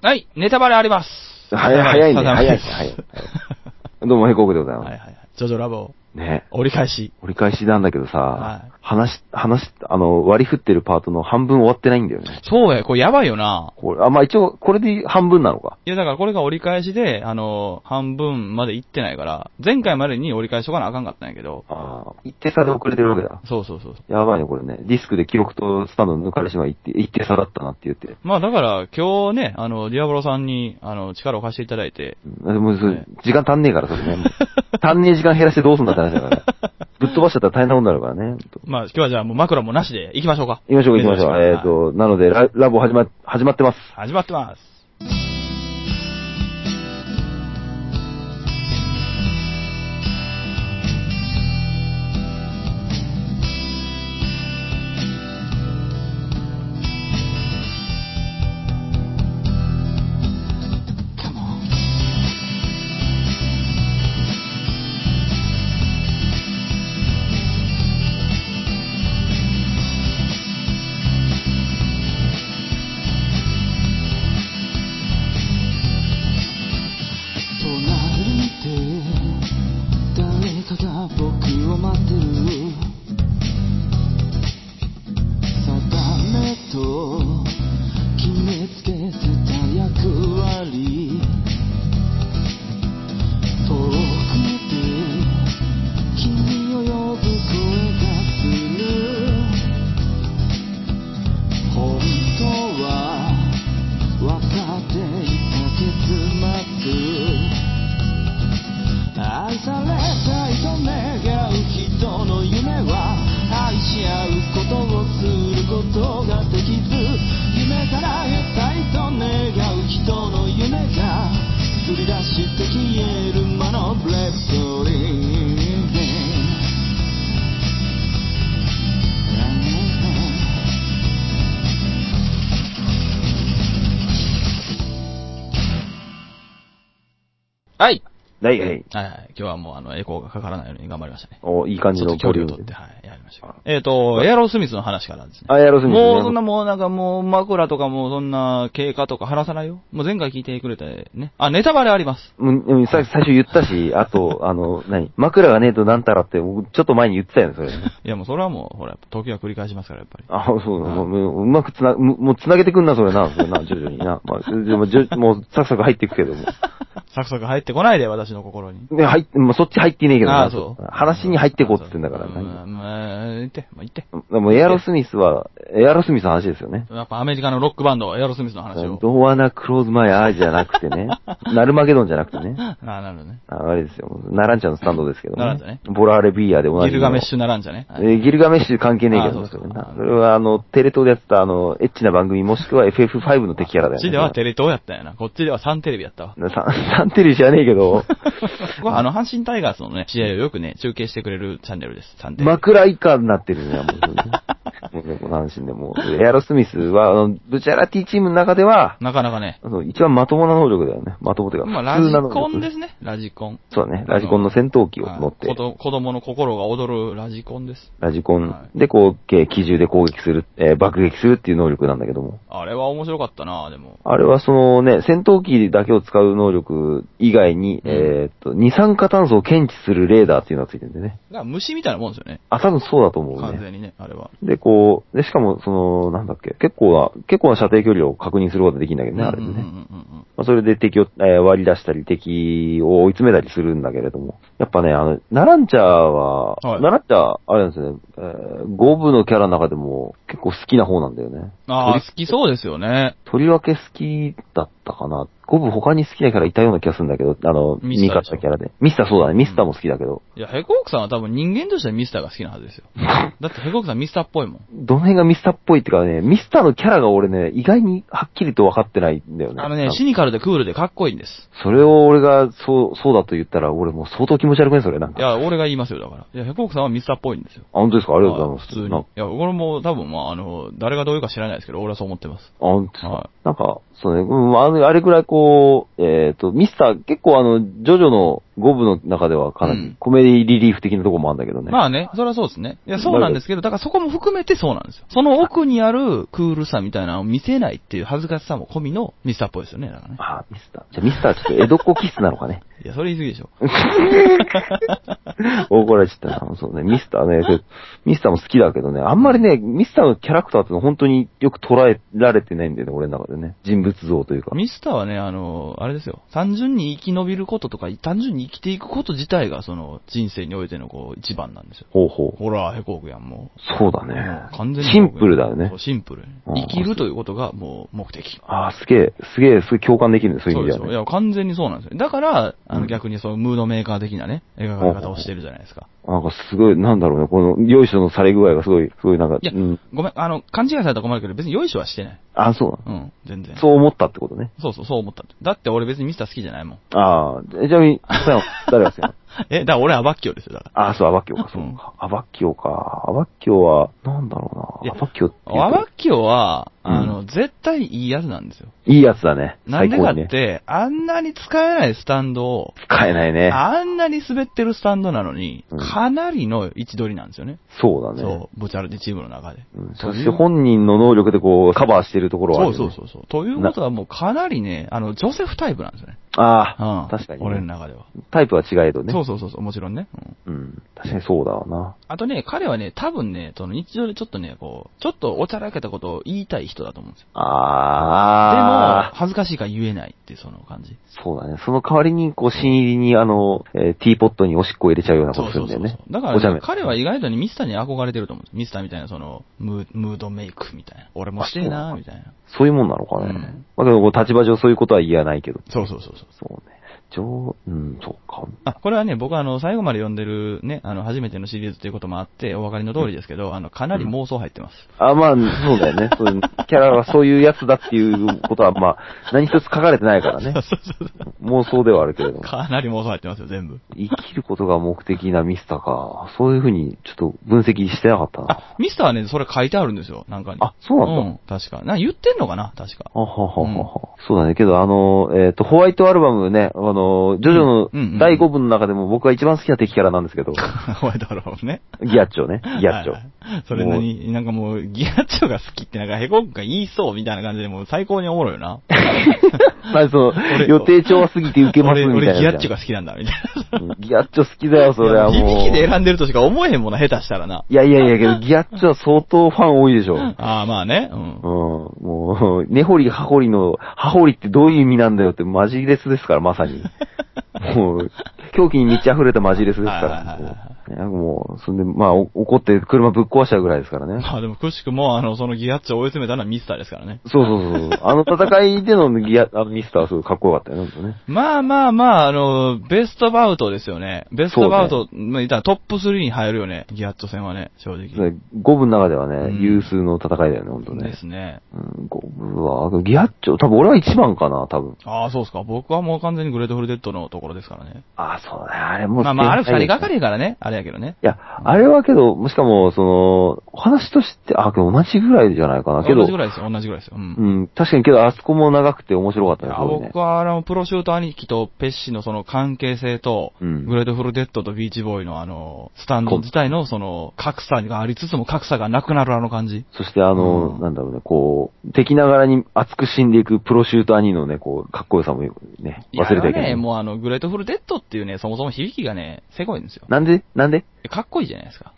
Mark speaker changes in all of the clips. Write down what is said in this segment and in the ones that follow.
Speaker 1: はい、ネタバレあります。
Speaker 2: はや早
Speaker 1: ネ
Speaker 2: いね、
Speaker 1: タバ
Speaker 2: 早
Speaker 1: レ
Speaker 2: い
Speaker 1: で
Speaker 2: ね、
Speaker 1: す
Speaker 2: 早い。 どうも、ヘコークでござい
Speaker 1: はいは
Speaker 2: ま
Speaker 1: いはい。ジョジョラボ、
Speaker 2: す。ね。
Speaker 1: 折り返し。
Speaker 2: 折り返しなんだけど
Speaker 1: は
Speaker 2: さ、話、話、あの、割り振ってるパートの半分終わってないんだよね。
Speaker 1: そうや、これやばいよな。
Speaker 2: これ、あ、まあ一応、これで半分なのか。
Speaker 1: いや、だからこれが折り返しで、あの、半分まで行ってないから、前回までに折り返しとかなあかんかったんやけど、
Speaker 2: ああ、一定差で遅れてるわけだ。
Speaker 1: そうそうそう。
Speaker 2: やばいね、これね。ディスクで記録とスタンドの抜かれしま一定一定差だったなって言って。
Speaker 1: まあだから、今日ね、あの、ディアボロさんに、あの、力を貸していただいて、
Speaker 2: うんでもそ
Speaker 1: ね
Speaker 2: れ、時間足んねえから、そ れね。足んねえ時間減らしてどうすんだって話だから。ぶっ飛ばしちゃったら大変なことになるからね。
Speaker 1: まあ今日はじゃあもう枕もなしで行きましょうか。
Speaker 2: 行きましょう、行きましょう。えっ、
Speaker 1: はい。
Speaker 2: と、なので、ララボ始ま、始まってます。
Speaker 1: 始まってます。
Speaker 3: 隣にいて誰かが僕を待ってる定めと決めつけてた役割遠くで君を呼ぶ声がする本当は分かっていた結末愛されたいと願う人の夢は愛し合うことをすることができず夢から得たいと願う人の夢がすり出して消える魔のブレッドリング
Speaker 1: はい。
Speaker 2: はい、はい。
Speaker 1: はいはい。今日はもうあの、エコーがかからないように頑張りましたね。
Speaker 2: お、いい感じ
Speaker 1: ちょ
Speaker 2: の
Speaker 1: っと距
Speaker 2: ボリ
Speaker 1: 離
Speaker 2: ュ
Speaker 1: を
Speaker 2: ー
Speaker 1: 取って、
Speaker 2: ムで。
Speaker 1: はい、やりました。えっ、と、エアロスミスの話からですね。
Speaker 2: あ、やろすみ
Speaker 1: もうそんなもうなんかもう枕とかもそんな経過とか話さないよ。もう前回聞いてくれたね。あ、ネタバレあります。
Speaker 2: うん、うんさ最初言ったし、あと、あの、何枕がねえとなんたらって、僕ちょっと前に言ってたよね、 それ。
Speaker 1: いやもうそれはもう、ほら、時は繰り返しますから、やっ ぱり。
Speaker 2: あ、そうなの、もううまくつな、もうもうつなげてくんな、それな、それな、徐々にな。まあ、でも、じょもう、サクサク入ってくけども。
Speaker 1: サクサク入ってこないで、私の心に。
Speaker 2: ね、入って、まあ、そっち入ってねえけどな
Speaker 1: ああ、そう。
Speaker 2: 話に入ってこうって言ってんだから、
Speaker 1: う
Speaker 2: 何
Speaker 1: ん、まあ、言って、まあ、言って。
Speaker 2: でもエアロスミスは、エアロスミスの話ですよね。
Speaker 1: やっぱアメリカのロックバンド、エアロスミスの話を。
Speaker 2: ドアナクローズマイアーじゃなく てね。ナルマゲドンじゃなくてね。
Speaker 1: ああ、なるほどね。
Speaker 2: ああれですよ。ナランチャのスタンドですけど、
Speaker 1: ナランチャね
Speaker 2: ボラーレビーヤで同じ。
Speaker 1: ギルガメッシュならんじゃね。
Speaker 2: えーギルガメッシュ関係ねえけ
Speaker 1: あ
Speaker 2: ど、
Speaker 1: そうそ
Speaker 2: そ
Speaker 1: う
Speaker 2: れなそれはあの、テレ東でやってたあの、エッチな番組もしくは FF5 の敵キャラ
Speaker 1: こ
Speaker 2: だ
Speaker 1: っ
Speaker 2: よ
Speaker 1: ち
Speaker 2: ね。
Speaker 1: ではテレ東やったんやな。こっちではサンテレビやったわ。
Speaker 2: なササンテレビ知らねえ けど、
Speaker 1: ここはあの、阪神タイガースのね、試合をよくね、中継してくれるチャンネルです。サンテレビ。
Speaker 2: 枕以下になってるね、もうそれね。もうね、もう安心で、もう、エアロスミスは、あの、ブチャラティチームの中では、
Speaker 1: なかなかね。
Speaker 2: あの一番まともな能力だよね。まともというか、
Speaker 1: まあ、ラジ
Speaker 2: な能力
Speaker 1: コンですね。ラジコン。
Speaker 2: そうだね。ラジコンの戦闘機を持って
Speaker 1: はい子、ど子供の心が踊るラジコンです。
Speaker 2: ラジコ
Speaker 1: は
Speaker 2: ンでこう、えー機銃で攻撃する、えー爆撃するっていう能力なんだけども。
Speaker 1: あれは面白かったなでも。
Speaker 2: あれはそのね、戦闘機だけを使う能力以外に、
Speaker 1: うん
Speaker 2: えーっと、二酸化炭素を検知するレーダーっていうのがついてるんでね。
Speaker 1: だから虫みたいなもんですよね。
Speaker 2: あ、多分そうだと思う
Speaker 1: 完
Speaker 2: ね。
Speaker 1: 全にね、あれは。
Speaker 2: で、こう、で、しかも、その、なんだっけ、結構な、結構な射程距離を確認することができるんだけどね、あれで
Speaker 1: うんうんうん
Speaker 2: ね。
Speaker 1: うん
Speaker 2: まあ、それで敵を、えー割り出したり、敵を追い詰めたりするんだけれども。やっぱね、あの、ナランチャーは、
Speaker 1: はい
Speaker 2: ナランチャー、あれなんですよね、えー、ゴブのキャラの中でも結構好きな方なんだよね。
Speaker 1: ああ、好きそうですよね。
Speaker 2: とりわけ好きだったかな。ゴブ他に好きなキャラいたような気がするんだけど、あの、
Speaker 1: ミス
Speaker 2: 見
Speaker 1: ター
Speaker 2: か
Speaker 1: で
Speaker 2: っ
Speaker 1: しょ
Speaker 2: たキャラで。ミスターそうだね、ミスターも好きだけど。
Speaker 1: いや、ヘコークさんは多分人間としてはミスターが好きなはずですよ。だってヘコークさんミスターっぽいもん。
Speaker 2: どの辺がミスターっぽいっていうかね、ミスターのキャラが俺ね、意外にはっきりと分かってないんだよね。
Speaker 1: あの
Speaker 2: 多
Speaker 1: ね、
Speaker 2: 分
Speaker 1: シニカルでクールでかっこいいんです。
Speaker 2: それを俺が、そう、そうだと言ったら、俺もう相当気持ち悪くね、それなん
Speaker 1: い
Speaker 2: か。
Speaker 1: や、
Speaker 2: あ、
Speaker 1: 俺が言いますよ、だから。いや、ヘコークさんはミスターっぽいんですよ。
Speaker 2: 本当ですかありがとうございます。
Speaker 1: 普通に。い
Speaker 2: な
Speaker 1: や、俺も多分ままあ、あの、誰がどういうか知らないですけど、俺はそう思ってます。
Speaker 2: あ、本当
Speaker 1: は
Speaker 2: なんか、そうね、うん、あのあれくらいこう、えっ、と、ミスター、結構あの、ジョジョの5部の中ではかな
Speaker 1: うん
Speaker 2: りコメディリリーフ的なとこもあるんだけどね。
Speaker 1: まあね、それはそうですね。いや、そうなんですけど、だからそこも含めてそうなんですよ。その奥にあるクールさみたいなのを見せないっていう恥ずかしさも込みのミスターっぽいですよね、だからね。
Speaker 2: あ、ミスター。じゃあミスターちょっと江戸っ子キスなの かね。
Speaker 1: いや、それ言い過ぎでし ょ。
Speaker 2: 怒られちゃったな。そうね、ミスターね、そうミスターも好きだけどね、あんまりね、ミスターのキャラクターってのは本当によく捉えられてないんだよね、俺の中でね。人物像というか。
Speaker 1: ミスターはね、あの、あれですよ。単純に生き延びることとか、単純に生きていくこと自体が、その、人生においてのこう、一番なんですよ。
Speaker 2: ほうほう。
Speaker 1: ほら、へこくやん、もう。
Speaker 2: そうだ
Speaker 1: も
Speaker 2: ね
Speaker 1: う。完全に
Speaker 2: シンプルだよね
Speaker 1: そう。シンプル。
Speaker 2: うん
Speaker 1: 生きるということが、もう、目的。
Speaker 2: ああ、すげえ、すげえ、すげえ共感できるね、そういう
Speaker 1: そ
Speaker 2: 意
Speaker 1: う
Speaker 2: 味
Speaker 1: で
Speaker 2: で
Speaker 1: しょ。
Speaker 2: は、ね。
Speaker 1: いや、完全にそうなんですよ。だから、あ
Speaker 2: う
Speaker 1: の、
Speaker 2: ん
Speaker 1: 逆にその、ムードメーカー的なね、描かれ方をしてるじゃないですか。
Speaker 2: なんかすごい、なんだろうね、この、よいしょのされ具合がすごい、すごいなんか、
Speaker 1: いや
Speaker 2: うん。
Speaker 1: ごめん、あの、勘違いされたら困るけど、別によいしょはしてない。
Speaker 2: ああ、そうなの
Speaker 1: うん、全然。
Speaker 2: そう思ったってことね。
Speaker 1: そうそう、そう思った。だって俺別にミスター好きじゃないもん。
Speaker 2: ああ、えちなみに、さ よ誰が好きなの
Speaker 1: え、だから俺アバッキオですよ、だから。
Speaker 2: ああ、そう、アバッキオか、そう
Speaker 1: うん
Speaker 2: か。アバッキオか。アバッキオは、なんだろう
Speaker 1: いや
Speaker 2: な。アバッキオっていうと
Speaker 1: アバッキオは、あの、
Speaker 2: う
Speaker 1: 絶対いいやつなんですよ。
Speaker 2: いいやつだね。
Speaker 1: なん
Speaker 2: 最
Speaker 1: でか
Speaker 2: 高
Speaker 1: っ
Speaker 2: に
Speaker 1: て、
Speaker 2: ね。
Speaker 1: あんなに使えないスタンドを、
Speaker 2: 使えないね。
Speaker 1: あんなに滑ってるスタンドなのに、
Speaker 2: うん
Speaker 1: かなりの位置取りなんですよね。
Speaker 2: そうだね。
Speaker 1: そう、ブチャルティチームの中で。
Speaker 2: うんそして本人の能力でこう、カバーしてるところはあ
Speaker 1: そう
Speaker 2: るよ
Speaker 1: そ
Speaker 2: ね
Speaker 1: うそうそう。ということはもうかなりね、あの、ジョセフタイプなんですよね。
Speaker 2: あ
Speaker 1: うん。
Speaker 2: あ、確かにね。
Speaker 1: 俺の中では。
Speaker 2: タイプは違えどね。
Speaker 1: そうそうそうそう、もちろんね。うん
Speaker 2: うん。確かにそうだわな。
Speaker 1: あとね、彼はね、多分ね、その日常でちょっとね、こう、ちょっとおちゃらけたことを言いたい人だと思うんですよ。でも
Speaker 2: ああ。、
Speaker 1: 恥ずかしいから言えないっていうその感じ。
Speaker 2: そうだね。その代わりに、こう、新入りに、あの、えーティーポットにおしっこを入れちゃうようなこ
Speaker 1: そ
Speaker 2: と
Speaker 1: う
Speaker 2: す
Speaker 1: そ
Speaker 2: る
Speaker 1: う
Speaker 2: ん
Speaker 1: そ
Speaker 2: だよ
Speaker 1: うだ
Speaker 2: ね。
Speaker 1: か
Speaker 2: お茶
Speaker 1: ら、ね、
Speaker 2: 目
Speaker 1: 彼は意外とね、ミスターに憧れてると思うんです。ミスターみたいな、その、ムームードメイクみたいな。俺もしてえな、みたいな。
Speaker 2: そういうもんなのかね。
Speaker 1: うん
Speaker 2: まあでも、こう立場上そういうことは言えないけど。
Speaker 1: そうそうそうそう。
Speaker 2: そうね。上、うん、そうか。
Speaker 1: あ、これはね、僕はあの、最後まで読んでるね、あの、初めてのシリーズということもあって、お分かりの通りですけど、あの、かなり妄想入ってます。
Speaker 2: あ、まあ、そうだよね。そういうキャラはそういうやつだっていうことは、まあ、何一つ書かれてないからね。妄想ではあるけれども。
Speaker 1: かなり妄想入ってますよ、全部。
Speaker 2: 生きることが目的なミスターか。そういうふうに、ちょっと分析してなかったな。
Speaker 1: あ、ミスターはね、それ書いてあるんですよ、なんかに。
Speaker 2: あそうなんだ
Speaker 1: うん、確か。な、言ってんのかな、確 か。
Speaker 2: あはははは、そうだね。けど、あの、えっ、と、ホワイトアルバムね、あの、ジョジ
Speaker 1: うんうん
Speaker 2: ョ
Speaker 1: うん
Speaker 2: の第5部の中でも僕が一番好きな敵キャラなんです けど、
Speaker 1: ホワイトアルバムね。
Speaker 2: ギアッチョね。ギアッチョ
Speaker 1: はい。はいそれなに、なんかもう、ギアッチョが好きってなんかヘコんが言いそうみたいな感じでもう最高におもろいよ な。
Speaker 2: まあ、その、予定調和すぎて受けます
Speaker 1: 俺、
Speaker 2: みたいな。
Speaker 1: 俺ギアッチョが好きなんだ、みたいな。
Speaker 2: うんギアッチョ好きだ よ、それはもう。
Speaker 1: 響きで選んでるとしか思えへんもんな、下手したらな。
Speaker 2: いやいやいや、けど、ギアッチョは相当ファン多いでしょ。うん。
Speaker 1: ああ、まあね。うん。
Speaker 2: もう、根 掘り葉掘りの、葉掘りってどういう意味なんだよってマジレスですから、ま さに。もう、狂気に満ち溢れたマジレスです
Speaker 1: はいはいはい
Speaker 2: から。ねもう、そんで、まあ、お怒って車ぶっ壊しちゃうぐらいですか らね。
Speaker 1: まあでも、くしくも、あの、そのギアッチョを追い詰めたのはミスターですからね。
Speaker 2: そうそうそう。あの戦いでのギア、あのミスターはすごいかっこよかったよね、本当ね。
Speaker 1: まあまあまあ、あの、ベストバウトですよね。ベストバウト、まあ、言ったらトップ3に入るよね、ギアッチョ戦はね、正直。
Speaker 2: 5部の中ではね、
Speaker 1: うん
Speaker 2: 有数の戦いだよね、本当
Speaker 1: で
Speaker 2: ね。
Speaker 1: すね。
Speaker 2: うん、5部は、ギアッチョ、多分俺は1番かな、多分。
Speaker 1: ああ、そうですか。僕はもう完全にグレートフルデッドのところですからね。
Speaker 2: ああ、そうだね、あれもう
Speaker 1: まあまあ、あれ
Speaker 2: 天
Speaker 1: 二人が
Speaker 2: 才ですね
Speaker 1: かりやからね。あれやけどね。
Speaker 2: いや、あれはけど、しかも、その、お話として、あ、けど同じぐらいじゃないかな。け
Speaker 1: 同
Speaker 2: ど
Speaker 1: じぐ、らいですよ、同じぐらいですよ。うん。
Speaker 2: うん、確かにけど、あそこも長くて面白かった
Speaker 1: い
Speaker 2: ね、
Speaker 1: や
Speaker 2: すごいね
Speaker 1: 僕。は、あの、プロシュート兄貴とペッシのその関係性と、
Speaker 2: うん
Speaker 1: グレードフルデッドとビーチボーイのあの、スタンド自体のその、格差がありつつも格差がなくなるあの感じ。
Speaker 2: そして、あの、
Speaker 1: うん
Speaker 2: なんだろうね、こう、敵ながらに熱く死んでいくプロシュート兄のね、こう、かっこよさもね、
Speaker 1: いや
Speaker 2: 忘れていけ
Speaker 1: あれ
Speaker 2: な。
Speaker 1: はいね、もうあの、グレートフルデッドっていうね、そもそも響きがね、せこいんですよ。
Speaker 2: なんでなんで
Speaker 1: かっこいいじゃないですか。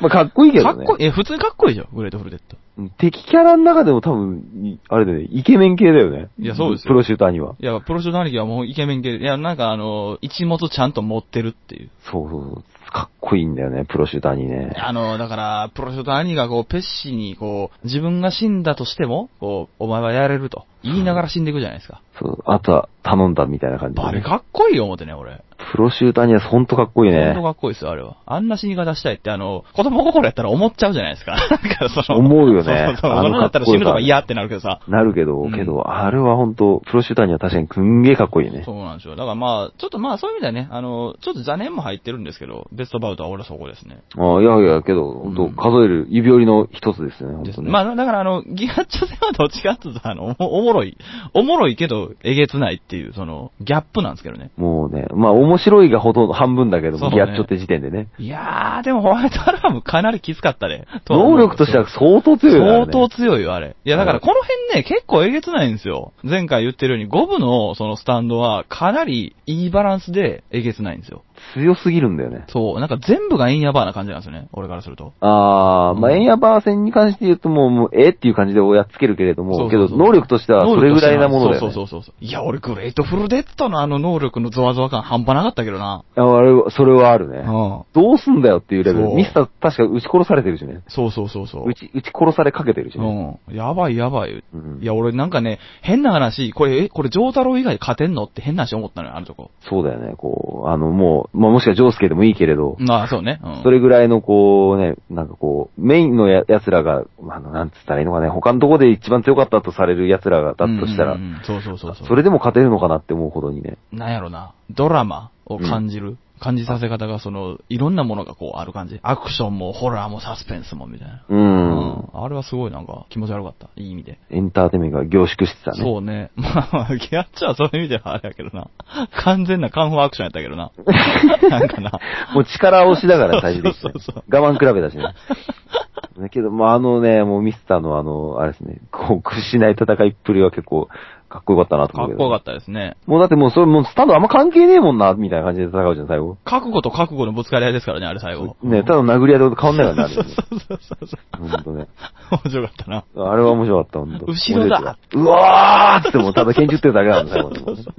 Speaker 2: まあ、かっこいいけ
Speaker 1: か
Speaker 2: ど
Speaker 1: っ
Speaker 2: ね。
Speaker 1: こいい、え、普通にかっこいいじゃん、グレートフルデッド。
Speaker 2: うん敵キャラの中でも多分、いあれだよね、イケメン系だよね。
Speaker 1: いやそうですよ
Speaker 2: プロシュート兄は。
Speaker 1: いや、プロシュート兄貴はもうイケメン系で、いや、なんかあの、一物ちゃんと持ってるっていう。
Speaker 2: そうそうそう。かっこいいんだよね、プロシュート兄ね。
Speaker 1: あの、だから、プロシュート兄がこう、ペッシにこう、自分が死んだとしても、こう、お前はやれると言いながら死んでいくじゃないですか。
Speaker 2: そう、あとは頼んだみたいな感じで
Speaker 1: あ
Speaker 2: ね、
Speaker 1: れかっこいいよ思ってね、俺。
Speaker 2: プロシューターにはほんとかっこいい
Speaker 1: 本
Speaker 2: ね
Speaker 1: 当。かっこいいですよ、あれは。あんな死に方したいって、あの、子供心やったら思っちゃうじゃないですか。 なんかその。
Speaker 2: 思う
Speaker 1: そ
Speaker 2: よね
Speaker 1: うそうそう。
Speaker 2: あ
Speaker 1: 大
Speaker 2: の
Speaker 1: 人だったら死ぬとか嫌ってなるけどさ。
Speaker 2: なるけど、
Speaker 1: うん
Speaker 2: けど、あれはほんと、プロシューターには確かにくんげえかっこいいね
Speaker 1: そ。うなんですよ。だからまあ、ちょっとまあそういう意味ではね、あの、ちょっと残念も入ってるんですけど、ベストバウトは俺はそこですね。
Speaker 2: ああ、いやいや、けど、ほん
Speaker 1: う
Speaker 2: と、
Speaker 1: ん
Speaker 2: 数える指折りの一つですよね、ほん
Speaker 1: です
Speaker 2: と
Speaker 1: ね。
Speaker 2: ね。
Speaker 1: まあ、だからあの、ギガッチョ戦はどっちかっていうと、あの、おおもろい、おもろいけど、えげつないっていう、その、ギャップなんですけどね。
Speaker 2: もうね、まあ面白いがほとんど半分だけど
Speaker 1: そう
Speaker 2: も、
Speaker 1: ね
Speaker 2: ギャッチョって時点でね。
Speaker 1: いやー、でもホワイトアルバムかなりきつかったね。は思
Speaker 2: 能
Speaker 1: う
Speaker 2: 力としては相当強いよね。
Speaker 1: 相当
Speaker 2: 強
Speaker 1: 強いよ、あれ。いや、だからこの辺ね、結構えげつないんですよ。前回言ってるように、ゴブのそのスタンドは、かなりいいバランスでえげつないんですよ。
Speaker 2: 強すぎるんだよね。
Speaker 1: そう、なんか全部がインヤバーな感じなんですよね、俺からすると。
Speaker 2: ああ、まあ、
Speaker 1: うん
Speaker 2: エンヤバー戦に関して言うともう、もう、えーっていう感じでやっつけるけれども、
Speaker 1: そう
Speaker 2: け
Speaker 1: そう
Speaker 2: ど、
Speaker 1: そう
Speaker 2: 能力としてはそれぐらいなものだよ、ね。
Speaker 1: そうそうそうそう。いや、俺、グレートフルデッドのあの能力のゾワゾワ感半端なかったけどな。
Speaker 2: ああれは、それはあるね。
Speaker 1: うん。
Speaker 2: どうすんだよっていうレベル。
Speaker 1: そう
Speaker 2: ミスター確か撃ち殺されてるしね。
Speaker 1: そうそうそうそう。
Speaker 2: 撃ち、撃ち殺されかけてるしね。
Speaker 1: うん。やばいやばい。
Speaker 2: うん
Speaker 1: いや、俺なんかね、変な話、これ、え、これ、ジョータロウ以外勝てんのって変な話思ったのよ、あのとこ。
Speaker 2: そうだよね、こう、あの、もう、まあ、もしくはジョースケでもいいけれど、
Speaker 1: まあ、そうね。うん。
Speaker 2: それぐらいの、こうね、なんかこう、メインのや奴らが、まああの、なんつったらいいのかね、他のとこで一番強かったとされる奴らが、だとしたら
Speaker 1: うんう、んうんそうそうそうそう。
Speaker 2: それでも勝てるのかなって思うほどにね。
Speaker 1: なんやろな、ドラマを感じる。感じさせ方が、その、いろんなものがこうある感じ。アクションも、ホラーも、サスペンスも、みたいな。
Speaker 2: う。
Speaker 1: うんあれはすごいなんか、気持ち悪かった。いい意味で。
Speaker 2: エンターテイメントが凝縮してたね。
Speaker 1: そうね。 まあまあ、ギャッチャーはそういう意味ではあれやけどな。完全なカンフーアクションやったけ どな。なんかな。
Speaker 2: もう力押しだから、最終的
Speaker 1: そうそう
Speaker 2: に
Speaker 1: そう。
Speaker 2: 我慢比べだしね。 だけど、まあ、あのね、もうミスターのあの、あれですね、こう、屈しない戦いっぷりは結構、かっこよかったなと
Speaker 1: か
Speaker 2: 思
Speaker 1: っ
Speaker 2: うけど。
Speaker 1: こよか
Speaker 2: っ
Speaker 1: ったですね。
Speaker 2: た。もうだってもう、それもうスタンドあんま関係ねえもんな、みたいな感じで戦うじゃん、最後。
Speaker 1: 覚悟と覚悟のぶつかり合いですからね、あれ最後。
Speaker 2: ね、ただ殴り合いと変わんないからね、
Speaker 1: そ
Speaker 2: あれ
Speaker 1: う
Speaker 2: ね。
Speaker 1: そうそうそう。
Speaker 2: ほんとね。
Speaker 1: 面白かったな。
Speaker 2: あれは面白かった、ほんと。
Speaker 1: 後ろだ
Speaker 2: うわーっつってもう、ただ拳銃撃ってるだけなんだよ、最後ね。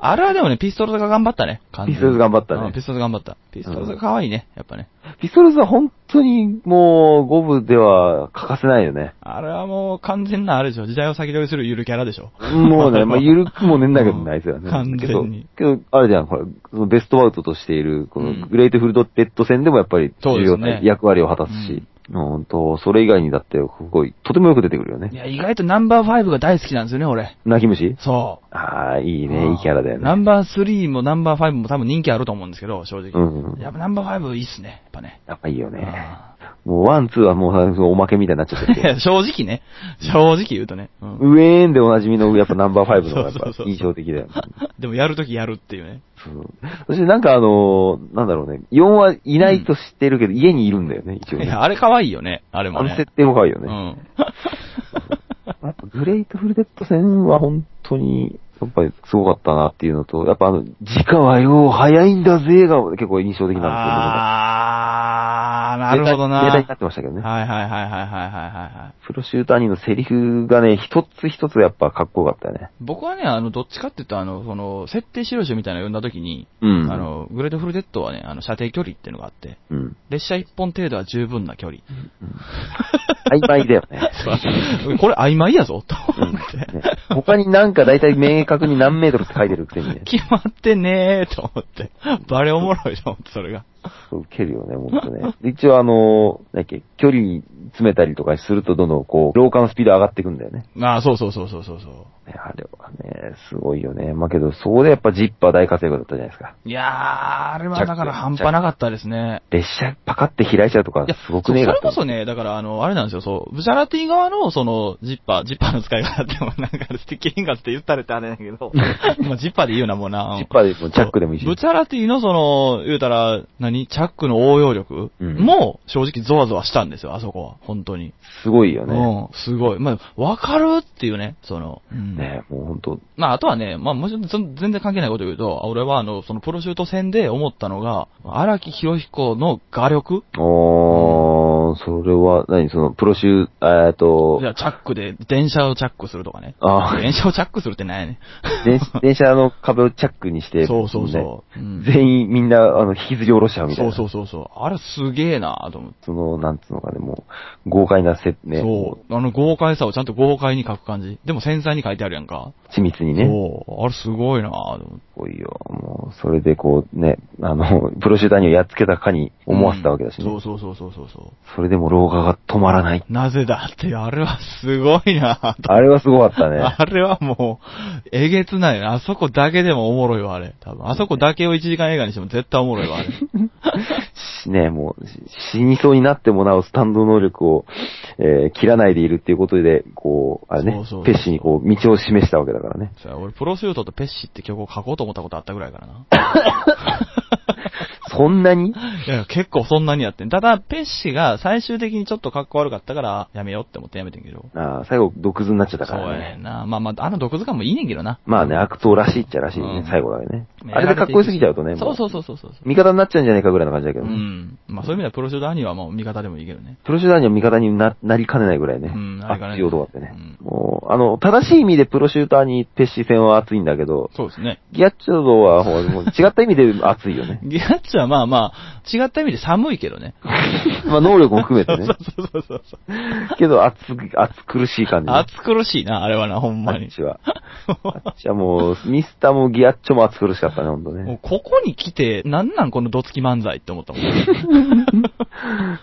Speaker 1: あれはでもね、ピストルズが頑張ったね。完全に
Speaker 2: ピストルズ頑張ったね
Speaker 1: うんピストルズ頑張った。ピストルズが可愛いね、やっぱね。
Speaker 2: ピストルズは本当にもう、五部では欠かせないよね。
Speaker 1: あれはもう完全なあれでしょ。時代を先取りするゆるキャラでしょ。
Speaker 2: もうね、まあ、ゆるくもねんだけどないですよ
Speaker 1: う
Speaker 2: ね。
Speaker 1: ん完全に
Speaker 2: けど、けどあれじゃん、ほら、そのベストアウトとしている、こ
Speaker 1: う
Speaker 2: の
Speaker 1: ん
Speaker 2: グレートフルドデッド戦でもやっぱり
Speaker 1: そう
Speaker 2: 重
Speaker 1: です
Speaker 2: 要
Speaker 1: ね
Speaker 2: な役割を果たすし、うんと、それ以外にだって、すごい、とてもよく出てくるよ
Speaker 1: い
Speaker 2: ね。
Speaker 1: や、意外とナンバーファイブが大好きなんですよね、俺。
Speaker 2: 泣き虫
Speaker 1: そう。
Speaker 2: ああ、いい
Speaker 1: うん
Speaker 2: ね、いいキャラだよ
Speaker 1: ナ
Speaker 2: ね。
Speaker 1: ンバー3もナンバー5も多分人気あると思うんですけど、正直。
Speaker 2: うんうん
Speaker 1: やっぱナンバー5いいっすね、やっぱね。
Speaker 2: やっぱいいよね。
Speaker 1: あ
Speaker 2: もう、ワン、ツーはもうさ、そのおまけみたいになっちゃってるけど。
Speaker 1: ー正直ね。正直言うとね。うん
Speaker 2: ウェーンでおなじみの、やっぱナンバーファイブの方がやっ
Speaker 1: そうそう
Speaker 2: ぱ
Speaker 1: そうそう
Speaker 2: 印象的だよね。
Speaker 1: でもやるときやるっていうね。
Speaker 2: そうそしてなんかあのー、なんだろうね、4はいないと知ってるけど、家にいるんだよね、一応
Speaker 1: い
Speaker 2: ね。
Speaker 1: や、あれ可愛いよね、あれも
Speaker 2: あ
Speaker 1: ね。
Speaker 2: の設定も可愛いよね。
Speaker 1: うん。
Speaker 2: やっぱグレイトフルデッド戦は本当に、やっぱりすごかったなっていうのと、やっぱあの、時間はよ、早いんだぜが結構印象的なんで
Speaker 1: あー、な
Speaker 2: すけど、
Speaker 1: るほどな。
Speaker 2: ネタ
Speaker 1: はい
Speaker 2: ネタになってましたけどね。
Speaker 1: はいはいはいはいはいはい。
Speaker 2: プロシューター2のセリフがね、一つ一つやっぱかっこよかったよね。
Speaker 1: 僕はね、あの、どっちかって言うと、あの、その、設定資料集みたいなの読んだときに、
Speaker 2: うん
Speaker 1: あの、グレートフルデッドはね、あの、射程距離っていうのがあって、
Speaker 2: うん。
Speaker 1: 列車一本程度は十分な距離。
Speaker 2: 曖昧だよね。
Speaker 1: これ曖昧やぞ、と
Speaker 2: う
Speaker 1: 思
Speaker 2: ん
Speaker 1: って。
Speaker 2: ね他になんか大体明確に何メートルって書いてるくせにね、
Speaker 1: 決まってねーと思って。バレおもろいと思って、それが。
Speaker 2: そう受けるよね、もっとね。で一応あのー、なんだっけ、距離詰めたりとかするとどんどんこう、廊下のスピード上がっていくんだよね。
Speaker 1: ああ、そうそうそうそうそうそ
Speaker 2: ねあれはね、すごいよね。まあけど、そこでやっぱジッパー大活躍だったじゃないですか。
Speaker 1: う。いやー、あれはだから半端なかったですね。
Speaker 2: 列車パカって開いちゃうとか
Speaker 1: いや、、
Speaker 2: すごくねえ
Speaker 1: そ
Speaker 2: か
Speaker 1: う
Speaker 2: っ
Speaker 1: それこ
Speaker 2: た
Speaker 1: そね、だから、あの、あれなんですよ、そう、ブシャラティ側の、その、ジッパー、ジッパーの使い方っても、なんか、スティッキリンガスって言ったれってあれだけ ど、まあ、ジッパーで言うな、もうな。
Speaker 2: ジッパーでもチャックでもいいし
Speaker 1: そうブチャラティの、その、言うたら、何チャックの応用力
Speaker 2: うん
Speaker 1: も、正直ゾワゾワしたんですよ、あそこは。本当に。
Speaker 2: すごいよね。
Speaker 1: うん、すごい。まあ、わかるっていうね、その、うん
Speaker 2: ねもうほんと、
Speaker 1: まあ、あとはね、まあ、もちろんその全然関係ないこと言うと、俺は、あの、その、プロシュート戦で思ったのが、荒木博彦の画力
Speaker 2: おー、それは、何その、プロシュー、えーっと
Speaker 1: じゃ、あ、チャックで、電車をチャックするとかね。
Speaker 2: あー
Speaker 1: 電車をチャックするってなんやね
Speaker 2: 電電車の壁をチャックにして、
Speaker 1: そうそうそう
Speaker 2: ね
Speaker 1: うん。
Speaker 2: 全員みんな、あの、引きずり下ろしちゃうんみたい
Speaker 1: そう
Speaker 2: な。
Speaker 1: そうそうそう。あれすげえなと思って。
Speaker 2: その、なんつうのかね、もう、豪快なせ、ね。
Speaker 1: そう。あの豪快さをちゃんと豪快に書く感じ。でも繊細に書いてあるやんか。
Speaker 2: 緻密にね。す
Speaker 1: そう。あれすごいなぁ。
Speaker 2: ごいよ。もう、それでこうね、あの、プロシューターにをやっつけたかに思わせたわけだしね。
Speaker 1: うんそうそうそうそうそうそ
Speaker 2: それでも老化が止まらない。
Speaker 1: う。なぜだって、あれはすごいなぁと。
Speaker 2: あれはすごかった ね。
Speaker 1: あれはもう、えげつない。あそこだけでもおもろいわ、あれ。多分。あそこだけを1時間映画にしても絶対おもろい わ、あれ。
Speaker 2: ね、もう、し死にそうになってもなおスタンド能力を、えー切らないでいるっていうことで、こう、あれね、
Speaker 1: そうそうそう
Speaker 2: ペッシにこう、道を示したわけだからね。
Speaker 1: そや俺、プロシュートとペッシって曲を書こうと思ったことあったぐらいからな。
Speaker 2: そんなに
Speaker 1: いや、結構そんなにやってん。ただ、ペッシが最終的にちょっと格好悪かったから、やめようって思ってやめてんけど。
Speaker 2: あー最後、毒図になっちゃったか
Speaker 1: そう
Speaker 2: ら
Speaker 1: やね
Speaker 2: ね
Speaker 1: ん。な。まあまあ、あの毒図感もいいねんけどな。
Speaker 2: まあね、悪党らしいっちゃらしいね、
Speaker 1: うん
Speaker 2: 最後だよね。あれでかっこよすぎちゃうとね、。
Speaker 1: そうそううそうそうそう。
Speaker 2: 味方になっちゃうんじゃないかぐらいの感じだけ
Speaker 1: う
Speaker 2: どね。
Speaker 1: ん。まあそういう意味ではプロシュート兄はもう味方でもいいけどね。
Speaker 2: プロシューターには味方にななりかねないぐらいね。
Speaker 1: うんなりかねない
Speaker 2: 熱い男だってね。
Speaker 1: う
Speaker 2: もう、あの、正しい意味でプロシューターにペッシー戦は熱いんだけど、
Speaker 1: そうですね。。
Speaker 2: ギアッチョドはほうもう違った意味で熱いよね
Speaker 1: ギャッチはまあまあ、違った意味で寒いけどね。
Speaker 2: まあ能力も 含めてね。
Speaker 1: そうそうそうそう。
Speaker 2: けど、熱く、熱苦しい感じね。
Speaker 1: 暑苦しいな、あれはな、ほんま
Speaker 2: あ っ
Speaker 1: に。
Speaker 2: ちは。あっちはもう、ミスターもギアッチョも熱苦しかったね、ほんと
Speaker 1: もう
Speaker 2: ね。
Speaker 1: ここに来て、なんなんこのどつき漫才って思ったもん。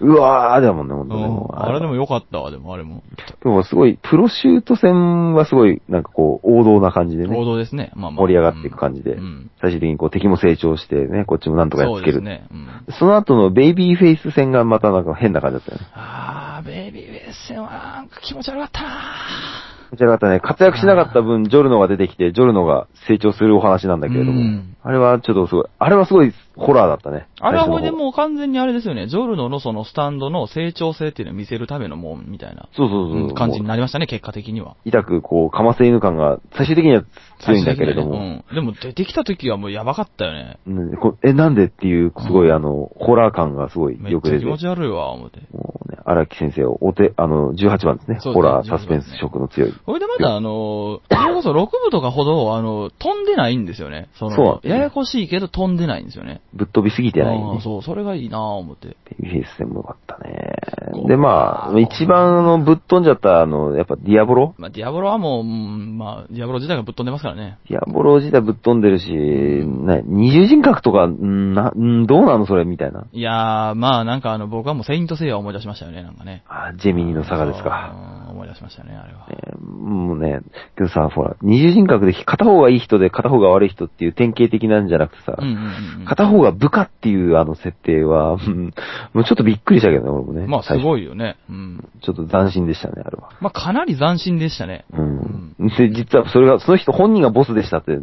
Speaker 2: うわーだもんね、ほんとね。
Speaker 1: う
Speaker 2: も
Speaker 1: ん
Speaker 2: う
Speaker 1: あれでもよかったわ、でもあれも。
Speaker 2: でもすごい、プロシュート戦はすごい、なんかこう、王道な感じで
Speaker 1: 王
Speaker 2: ね、
Speaker 1: 道ですね。まあまあ。
Speaker 2: 盛り上がっていく感じで、
Speaker 1: うん。
Speaker 2: 最終的にこう敵も成長してね、こっちもなんとかやっ
Speaker 1: そう
Speaker 2: つ
Speaker 1: で
Speaker 2: け
Speaker 1: す
Speaker 2: る。
Speaker 1: ね。うん。
Speaker 2: その後のベイビーフェイス戦がまたなんか変な感じだったよね。
Speaker 1: あー、ベイビーベース戦はなんか気持ち悪かったな
Speaker 2: こちら方ね、活躍しなかった分、ジョルノが出てきて、ジョルノが成長するお話なんだけれども、
Speaker 1: うん
Speaker 2: あれはちょっとすごい、あれはすごいホラーだったね。
Speaker 1: あれはこれ
Speaker 2: 最
Speaker 1: で
Speaker 2: 初の方
Speaker 1: もう完全にあれですよね。ジョルノのそのスタンドの成長性っていうのを見せるためのもんみたいな。
Speaker 2: そうそうそううん
Speaker 1: 感じに
Speaker 2: もう
Speaker 1: なりましたね、結果的には。
Speaker 2: 痛く、こう、かませ犬感が、最終的には強いんだけれど
Speaker 1: 最終的
Speaker 2: も、
Speaker 1: にはねうん。でも出てきた時はもうやばかったよね。
Speaker 2: うんこえ、なんでっていう、すごい、
Speaker 1: うん
Speaker 2: あの、ホラー感がすごい
Speaker 1: め
Speaker 2: よ
Speaker 1: っ
Speaker 2: く
Speaker 1: ちゃ
Speaker 2: 出
Speaker 1: 気
Speaker 2: て、
Speaker 1: 持ち悪いわ、思って。
Speaker 2: もうね、荒木先生を、お手、あの、18番ですね。
Speaker 1: そうですね
Speaker 2: ホラー、
Speaker 1: 18
Speaker 2: サスペンス色の強い。
Speaker 1: ほいでまだあの、それこそ6部とかほど、あの、飛んでないんですよね。その、
Speaker 2: そうなんですね
Speaker 1: ややこしいけど飛んでないんですよね。
Speaker 2: ぶっ飛びすぎてない、
Speaker 1: あ
Speaker 2: ね
Speaker 1: ー。そう、それがいいなぁ、思って。
Speaker 2: ベイビーフェイス戦も良かったね
Speaker 1: ご。い
Speaker 2: で、まあ、一番あのぶっ飛んじゃった、あの、やっぱディアボロ
Speaker 1: まあ、ディアボロはもう、うんまあ、ディアボロ自体がぶっ飛んでますからね。
Speaker 2: ディアボロ自体ぶっ飛んでるし、ね、二重人格とか、んな、んどうなのそれみたいな。
Speaker 1: いやー、まあ、なんかあの、僕はもうセイントセイヤを思い出しましたよね、なんかね。
Speaker 2: あ、ジェミニの差がですか。
Speaker 1: うん。思い出しましたね、あれは。
Speaker 2: ねもうね、けどさ、ほら、二重人格で片方がいい人で片方が悪い人っていう典型的なんじゃなくてさ、
Speaker 1: うんうんうん
Speaker 2: 片方が部下っていうあの設定は、うんもうちょっとびっくりしたけどね、俺も
Speaker 1: う
Speaker 2: ね。
Speaker 1: ん。まあ、す
Speaker 2: 最初
Speaker 1: ごいよね。うん。
Speaker 2: ちょっと斬新でしたね、あれは。
Speaker 1: まあ、かなり斬新でしたね。
Speaker 2: うん。で、実はそれが、その人本人がボスでしたって、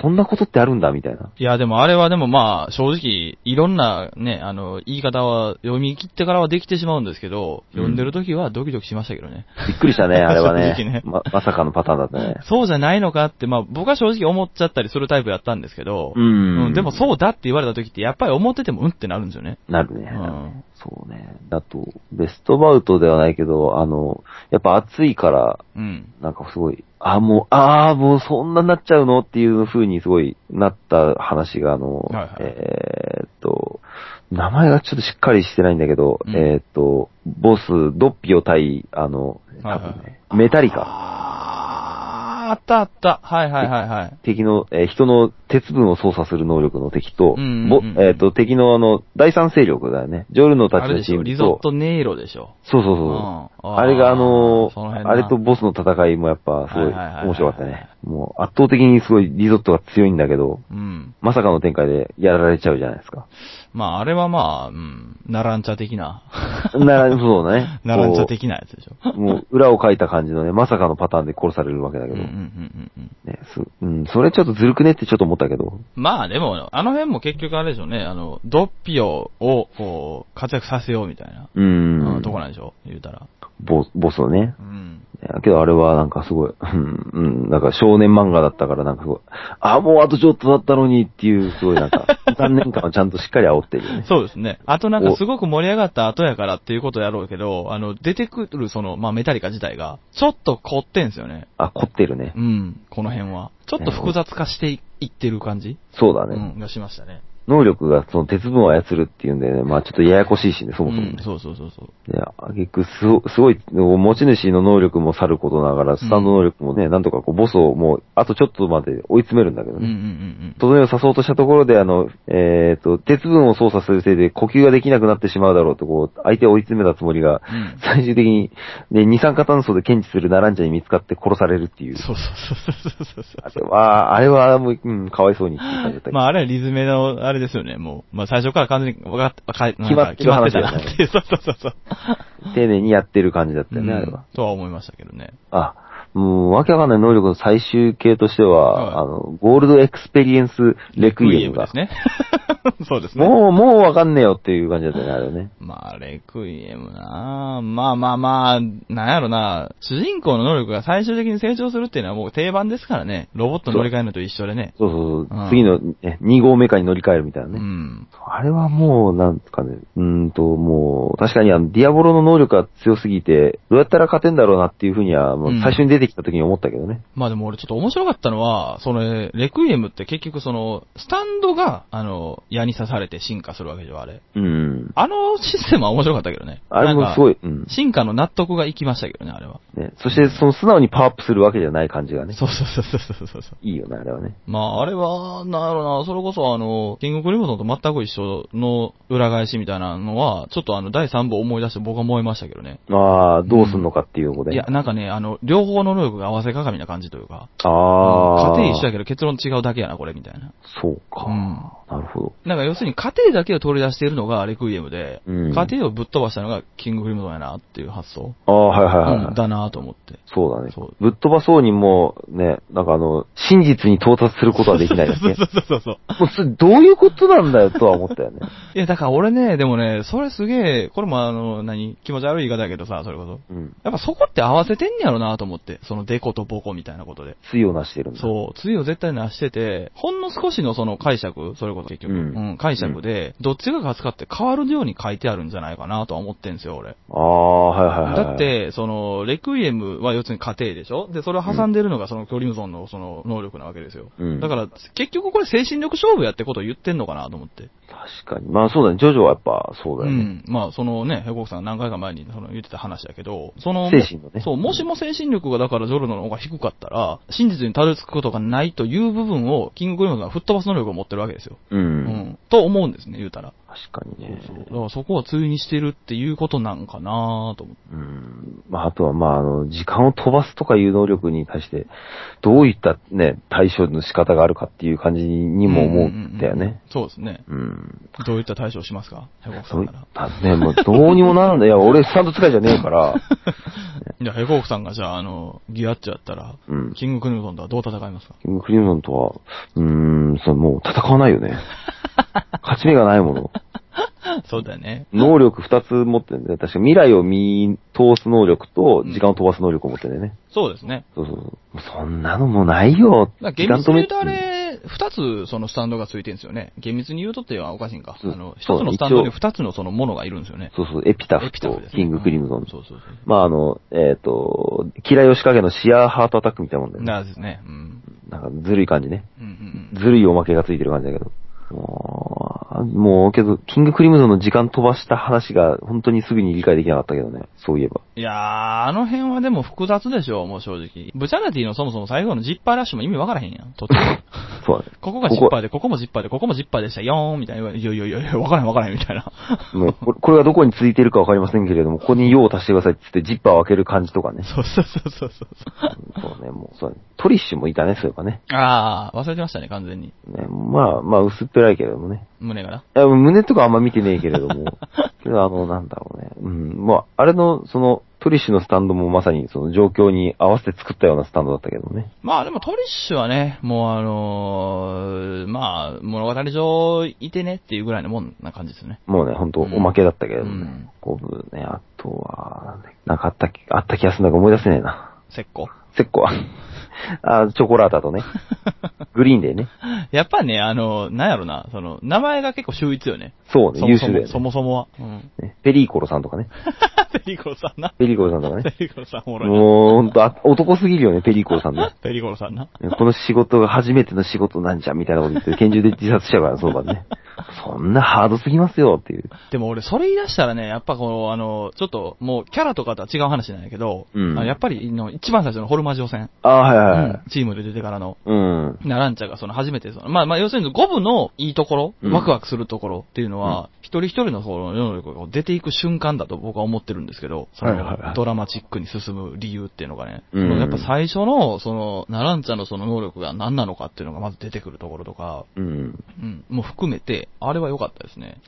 Speaker 2: そんなことってあるんだ、みたいな。
Speaker 1: いや、でもあれはでもまあ、正直、いろんなね、あの、言い方は読み切ってからはできてしまうんですけど、
Speaker 2: うん
Speaker 1: 読んでる時はドキドキしましたけどね。
Speaker 2: びっくりしたね、あれは
Speaker 1: 正直
Speaker 2: ね
Speaker 1: ね。
Speaker 2: ま、まさかのパターンだったね。
Speaker 1: そうじゃないのかって、まあ僕は正直思っちゃったりするタイプやったんですけど、
Speaker 2: うん
Speaker 1: でもそうだって言われた時って、やっぱり思っててもうんってなるんですよね。
Speaker 2: なるね。
Speaker 1: うん
Speaker 2: そうね。あと、ベストバウトではないけど、あの、やっぱ暑いから、
Speaker 1: うん。
Speaker 2: なんかすごい、ああ、もう、ああ、もうそんなになっちゃうのっていう風にすごいなった話が、あの、
Speaker 1: はいはい
Speaker 2: えーっと、名前がちょっとしっかりしてないんだけど、
Speaker 1: うん
Speaker 2: えーっと、ボス、ドッピオ対、あの、
Speaker 1: はい
Speaker 2: 多
Speaker 1: はい
Speaker 2: 分ね、メタリカ。
Speaker 1: あー、あったあった。はいはいはいはい。
Speaker 2: 敵の、えー人の鉄分を操作する能力の敵と、
Speaker 1: うんうんうん
Speaker 2: ぼえっ、と、敵のあの、第三勢力だよね。ジョルノた
Speaker 1: あれ
Speaker 2: ちの
Speaker 1: で
Speaker 2: チ
Speaker 1: し
Speaker 2: ー
Speaker 1: ょ、
Speaker 2: ム
Speaker 1: リ
Speaker 2: と
Speaker 1: ゾッ、トネイロでしょ。
Speaker 2: そうそうそうう。
Speaker 1: ん
Speaker 2: あ
Speaker 1: あー
Speaker 2: れがあのー
Speaker 1: その辺な
Speaker 2: あれとボスの戦いもやっぱ、すご
Speaker 1: はいいはいはいはい
Speaker 2: 面白かったね。もう圧倒的にすごいリゾットが強いんだけど、
Speaker 1: うん。
Speaker 2: まさかの展開でやられちゃうじゃないですか。
Speaker 1: まああれはまあ、うん、ナランチャ的な。。
Speaker 2: な、そうだね
Speaker 1: ナランチャ
Speaker 2: こ
Speaker 1: 的なやつでしょ。
Speaker 2: うもう裏を書いた感じのね、まさかのパターンで殺されるわけだけ
Speaker 1: うん
Speaker 2: ど。
Speaker 1: うんうんうんうん。
Speaker 2: ねすうん、それちょっとずるくねってちょっと思ったけど。
Speaker 1: まあでも、あの辺も結局あれでしょうね、あの、ドッピオを、こう、活躍させようみたいな、
Speaker 2: う
Speaker 1: うん
Speaker 2: ん。
Speaker 1: とこなんでしょ言うたら。
Speaker 2: ボス、ボスをね。
Speaker 1: うん。
Speaker 2: いやけどあれはなんかすごい、うん、うん、なんか少年漫画だったからなんかすごい、あ、もうあとちょっとだったのにっていう、すごいなんか、 残念感をちゃんとしっかり煽ってるよね。
Speaker 1: そうですね。あとなんかすごく盛り上がった後やからっていうことやろうけど、あの、出てくるその、まあメタリカ自体が、ちょっと凝ってんすよね。
Speaker 2: あ、凝ってるね
Speaker 1: う。ん、この辺は。ちょっと複雑化していいってる感じ、
Speaker 2: そうだ
Speaker 1: う
Speaker 2: ね。
Speaker 1: ん、がしましたね。
Speaker 2: 能力がその鉄分を操るっていうんでね、まあちょっとややこしいしね、そもそも、ね
Speaker 1: うん、そうそうそうそう。
Speaker 2: いや、あげく、すごすごい、持ち主の能力もさることながら、スタンド能力もね、なんとかこう、ボスをもう、あとちょっとまで追い詰めるんだけど
Speaker 1: うんうんう
Speaker 2: ね。
Speaker 1: ん
Speaker 2: とどめを刺そうとしたところで、あの、えっ、と、鉄分を操作するせいで呼吸ができなくなってしまうだろうと、こう、相手を追い詰めたつもり
Speaker 1: う
Speaker 2: が、
Speaker 1: ん
Speaker 2: 最終的に、ね、二酸化炭素で検知するナランジャに見つかって殺されるっていう
Speaker 1: うん。。そうそうそうそうそう
Speaker 2: あれは、あれはもう、うん、かわいそうにっていう感じだった
Speaker 1: そ
Speaker 2: け
Speaker 1: う。
Speaker 2: ど
Speaker 1: まあ、あれはリズメの、あれですよね、もう。まあ、最初から完全に分かっか
Speaker 2: 決まってる
Speaker 1: 決まってたなっていう。そうそうそう そう。
Speaker 2: 丁寧にやってる感じだったよね、あれ
Speaker 1: うん
Speaker 2: は。
Speaker 1: とは思いましたけどね。
Speaker 2: あ、もう、わけわかんない能力の最終形としては、
Speaker 1: はい
Speaker 2: あの、ゴールドエクスペリエンスレクイエム
Speaker 1: レ
Speaker 2: が。
Speaker 1: ですね。 そうですね。
Speaker 2: もう、もうわかんねえよっていう感じだったよね、あれね。
Speaker 1: まあ、レクイエムなぁ。まあまあまあ、なんやろな主人公の能力が最終的に成長するっていうのはもう定番ですからね。ロボット乗り換えるのと一緒でね。
Speaker 2: そうそうそう。
Speaker 1: うん
Speaker 2: 次の、ね、2号メカに乗り換えるみたいな
Speaker 1: う
Speaker 2: ね。
Speaker 1: ん。
Speaker 2: あれはもう、なんですかね。うーんと、もう、確かにあの、ディアボロの能力が強すぎて、どうやったら勝てんだろうなっていうふうには、もう
Speaker 1: うん
Speaker 2: 最初に出てきた時に思ったけどね。
Speaker 1: まあでも俺ちょっと面白かったのは、その、レクイエムって結局その、スタンドが、あの、矢に刺されて進化するわけじゃん、あれ。
Speaker 2: うん。
Speaker 1: あのシステムは面白かったけどね。
Speaker 2: あれもすご
Speaker 1: い。
Speaker 2: い、うん。
Speaker 1: 進化の納得がいきましたけどね、あれは。
Speaker 2: ね、そして、その素直にパワーアップするわけじゃない感じがね。
Speaker 1: そうそうそうそうそうそう。
Speaker 2: いいよね、あれはね。
Speaker 1: まあ、あれは、なんやろな、それこそあの、キングクリムゾンと全く一緒の裏返しみたいなのは、ちょっとあの、第3部を思い出して僕は思いましたけどね。
Speaker 2: まあ、どうすんのかっていうとこで。
Speaker 1: いや、なんかね、あの、両方の能力が合わせ鏡な感じというか、
Speaker 2: ああ。
Speaker 1: 家庭一緒やけど結論違うだけやな、これ、みたいな。
Speaker 2: そうか。
Speaker 1: うん
Speaker 2: なるほど。
Speaker 1: なんか要するに家庭だけを取り出しているのがレクイエムで、
Speaker 2: うん
Speaker 1: 家庭をぶっ飛ばしたのがキングクリムゾンやなっていう発想、
Speaker 2: ああ、はいはいはい。
Speaker 1: うんだなと思って。
Speaker 2: そうだね
Speaker 1: そう
Speaker 2: ぶっ飛ばそうにも、ね、なんかあの、真実に到達することはできないですね
Speaker 1: そ。うそうそうそう。
Speaker 2: もうそれどういうことなんだよとは思った よね。
Speaker 1: いや、だから俺ね、でもね、それすげえ、これもあの、何、気持ち悪い言い方やけどさ、それこそ。
Speaker 2: うん。
Speaker 1: やっぱそこって合わせてんねやろなと思って。そのデコとボコみたいなことで。
Speaker 2: ついをなしてるんだ。
Speaker 1: そう、ついを絶対なしてて、ほんの少しのその解釈、それこそ結局、う
Speaker 2: うんん、
Speaker 1: 解釈で、どっちが勝つかって変わるように書いてあるんじゃないかなとは思ってんすよ、俺。
Speaker 2: ああ、はいはいはい。
Speaker 1: だっ、て、その、レクイエムは要するに家庭でしょで、それを挟んでるのがそのキョリムゾンのその能力なわけですよ。
Speaker 2: うん。
Speaker 1: だから、結局これ精神力勝負やってことを言ってんのかなと思って。
Speaker 2: 確かに。まあそうだね。ジョジョはやっぱそう
Speaker 1: う
Speaker 2: だよね。
Speaker 1: ん。まあ、そのね、ヘコクさんが何回か前にその言ってた話だけど、その、
Speaker 2: 精神のね
Speaker 1: そう、もしも精神力がだからジョルノの方が低かったら、真実にたどり着くことがないという部分を、キングクリムゾンが吹っ飛ばす能力を持ってるわけですよ。
Speaker 2: うん。
Speaker 1: うん。と思うんですね、言うたら。
Speaker 2: 確かにね。
Speaker 1: そう。だからそこは対にしてるっていうことなんかなと思って。
Speaker 2: うん。まあ、あとは、まあ、あの、時間を飛ばすとかいう能力に対して、どういったね、対処の仕方があるかっていう感じにも思うんだよ
Speaker 1: んんん
Speaker 2: ね。。
Speaker 1: そうですね。
Speaker 2: うん。
Speaker 1: どういった対処をしますかヘコクさ
Speaker 2: そ
Speaker 1: ん
Speaker 2: うい
Speaker 1: なら
Speaker 2: っ。たね、もうどうにもならない。いや、俺スタンド使いじゃねえから。
Speaker 1: じゃあ、ヘコクさんがじゃあ、あの、ギアッチやったら、
Speaker 2: うん。
Speaker 1: キングクリムゾンとはどう戦いますか
Speaker 2: キングクリムゾンとは、うーん、そのもう戦わないよね。勝ち目がないもの。
Speaker 1: そうだよね。
Speaker 2: 能力二つ持ってるんだよね。確か未来を見通す能力と、時間を飛ばす能力を持ってるんだよね。
Speaker 1: そうですね。
Speaker 2: そうそうそう。もうそんなのもうないよ。
Speaker 1: だから
Speaker 2: 時
Speaker 1: 厳
Speaker 2: 間
Speaker 1: 密に
Speaker 2: 止
Speaker 1: 言
Speaker 2: め
Speaker 1: うとあれ、二つそのスタンドがついてるんですよね。厳密に言うとってはおかしいんか。あ
Speaker 2: そう
Speaker 1: の、一
Speaker 2: そう
Speaker 1: つのスタンドに
Speaker 2: 一応
Speaker 1: 二つのそのものがいるんですよね。
Speaker 2: そうそう、エピタ
Speaker 1: エ
Speaker 2: フ
Speaker 1: ピタフ
Speaker 2: と
Speaker 1: ですね
Speaker 2: キングクリムゾン。
Speaker 1: そうそうそう。
Speaker 2: まあ、あの、えっ、と、キラヨシカゲのシアーハートアタックみたいなもんだよね。
Speaker 1: なですね。うん。
Speaker 2: なんかずるい感じね。
Speaker 1: うんうん
Speaker 2: ずるいおまけがついてる感じだけど。もう、もうけど、キングクリムゾンの時間飛ばした話が本当にすぐに理解できなかったけどね。そういえば。
Speaker 1: うん。いやー、あの辺はでも複雑でしょう、もう正直。ブチャラティのそもそも最後のジッパーラッシュも意味わからへん やん。途中
Speaker 2: そうだね。
Speaker 1: ここがジッパーで、ここもジッパーで、ここもジッパーでした、よーんみたいな。いやいやいやいや、わからへんわからへんみたいな。
Speaker 2: もうこれ、これがどこについてるかわかりませんけれども、ここに用を足してくださいって言って、ジッパーを開ける感じとかね。
Speaker 1: そうそうそうそうそう。
Speaker 2: そうね、もう、そうね。トリッシュもいたね、そういえばね。
Speaker 1: あー、忘れてましたね、完全に。
Speaker 2: ねまあ、まあ、薄っぺらいけれどもね。
Speaker 1: 胸がな。
Speaker 2: いや、胸とかあんま見てねえけれ ども。けど、あの、なんだろうね。うん。まあ、あれの、その、トリッシュのスタンドもまさに、その状況に合わせて作ったようなスタンドだったけどね。
Speaker 1: まあでもトリッシュはね、もうあのーまあ物語上いてねっていうぐらいのもんな感じですよね。
Speaker 2: もうね、ほんと、
Speaker 1: うん
Speaker 2: おまけだったけれど
Speaker 1: う
Speaker 2: ね
Speaker 1: ん。
Speaker 2: こぶね、あとは、なんだっけなんかあったき、あった気がするんだけど思い出せねえな。
Speaker 1: 石膏。
Speaker 2: せっこ は。あ、チョコラータとね。グリーンでね。
Speaker 1: やっぱね、あのなんやろな、その、名前が結構秀逸よね。
Speaker 2: そうね、
Speaker 1: そも
Speaker 2: 優
Speaker 1: そ
Speaker 2: 秀だ
Speaker 1: も、
Speaker 2: よ
Speaker 1: そ
Speaker 2: ね。
Speaker 1: もそもは。うん。
Speaker 2: ねペリーコロさんとかね。
Speaker 1: ペリコロさんな。
Speaker 2: ペリーコロさんとか
Speaker 1: ペ
Speaker 2: ね。
Speaker 1: リコロさんおもろいな。
Speaker 2: もう、ほんと、あ男すぎるよね、ペリーコロさんね。
Speaker 1: ペリコロさんな。
Speaker 2: この仕事が初めての仕事なんじゃ、みたいなこと言って、拳銃で自殺しちゃうから、その場でね。そんなハードすぎますよっていう。
Speaker 1: でも俺、それ言い出したらね、やっぱこの、あの、ちょっと、もう、キャラとかとは違う話なんやけど、
Speaker 2: うん
Speaker 1: あのやっぱり、の、一番最初のホルマ上戦、
Speaker 2: ああ、はいはいはい。
Speaker 1: チームで出てからの、
Speaker 2: うん。
Speaker 1: ナランチャがその初めてその、まあまあ要するに5部のいいところ、
Speaker 2: うん
Speaker 1: ワクワクするところっていうのは、一人一人のその能力が出ていく瞬間だと僕は思ってるんですけど、そ
Speaker 2: はいはいは
Speaker 1: の
Speaker 2: い
Speaker 1: ドラマチックに進む理由っていうのがね、
Speaker 2: うん
Speaker 1: そのやっぱ最初のそのナランチャのその能力が何なのかっていうのがまず出てくるところとか、
Speaker 2: うん。
Speaker 1: うん、もう含めて、あれは良かったですね。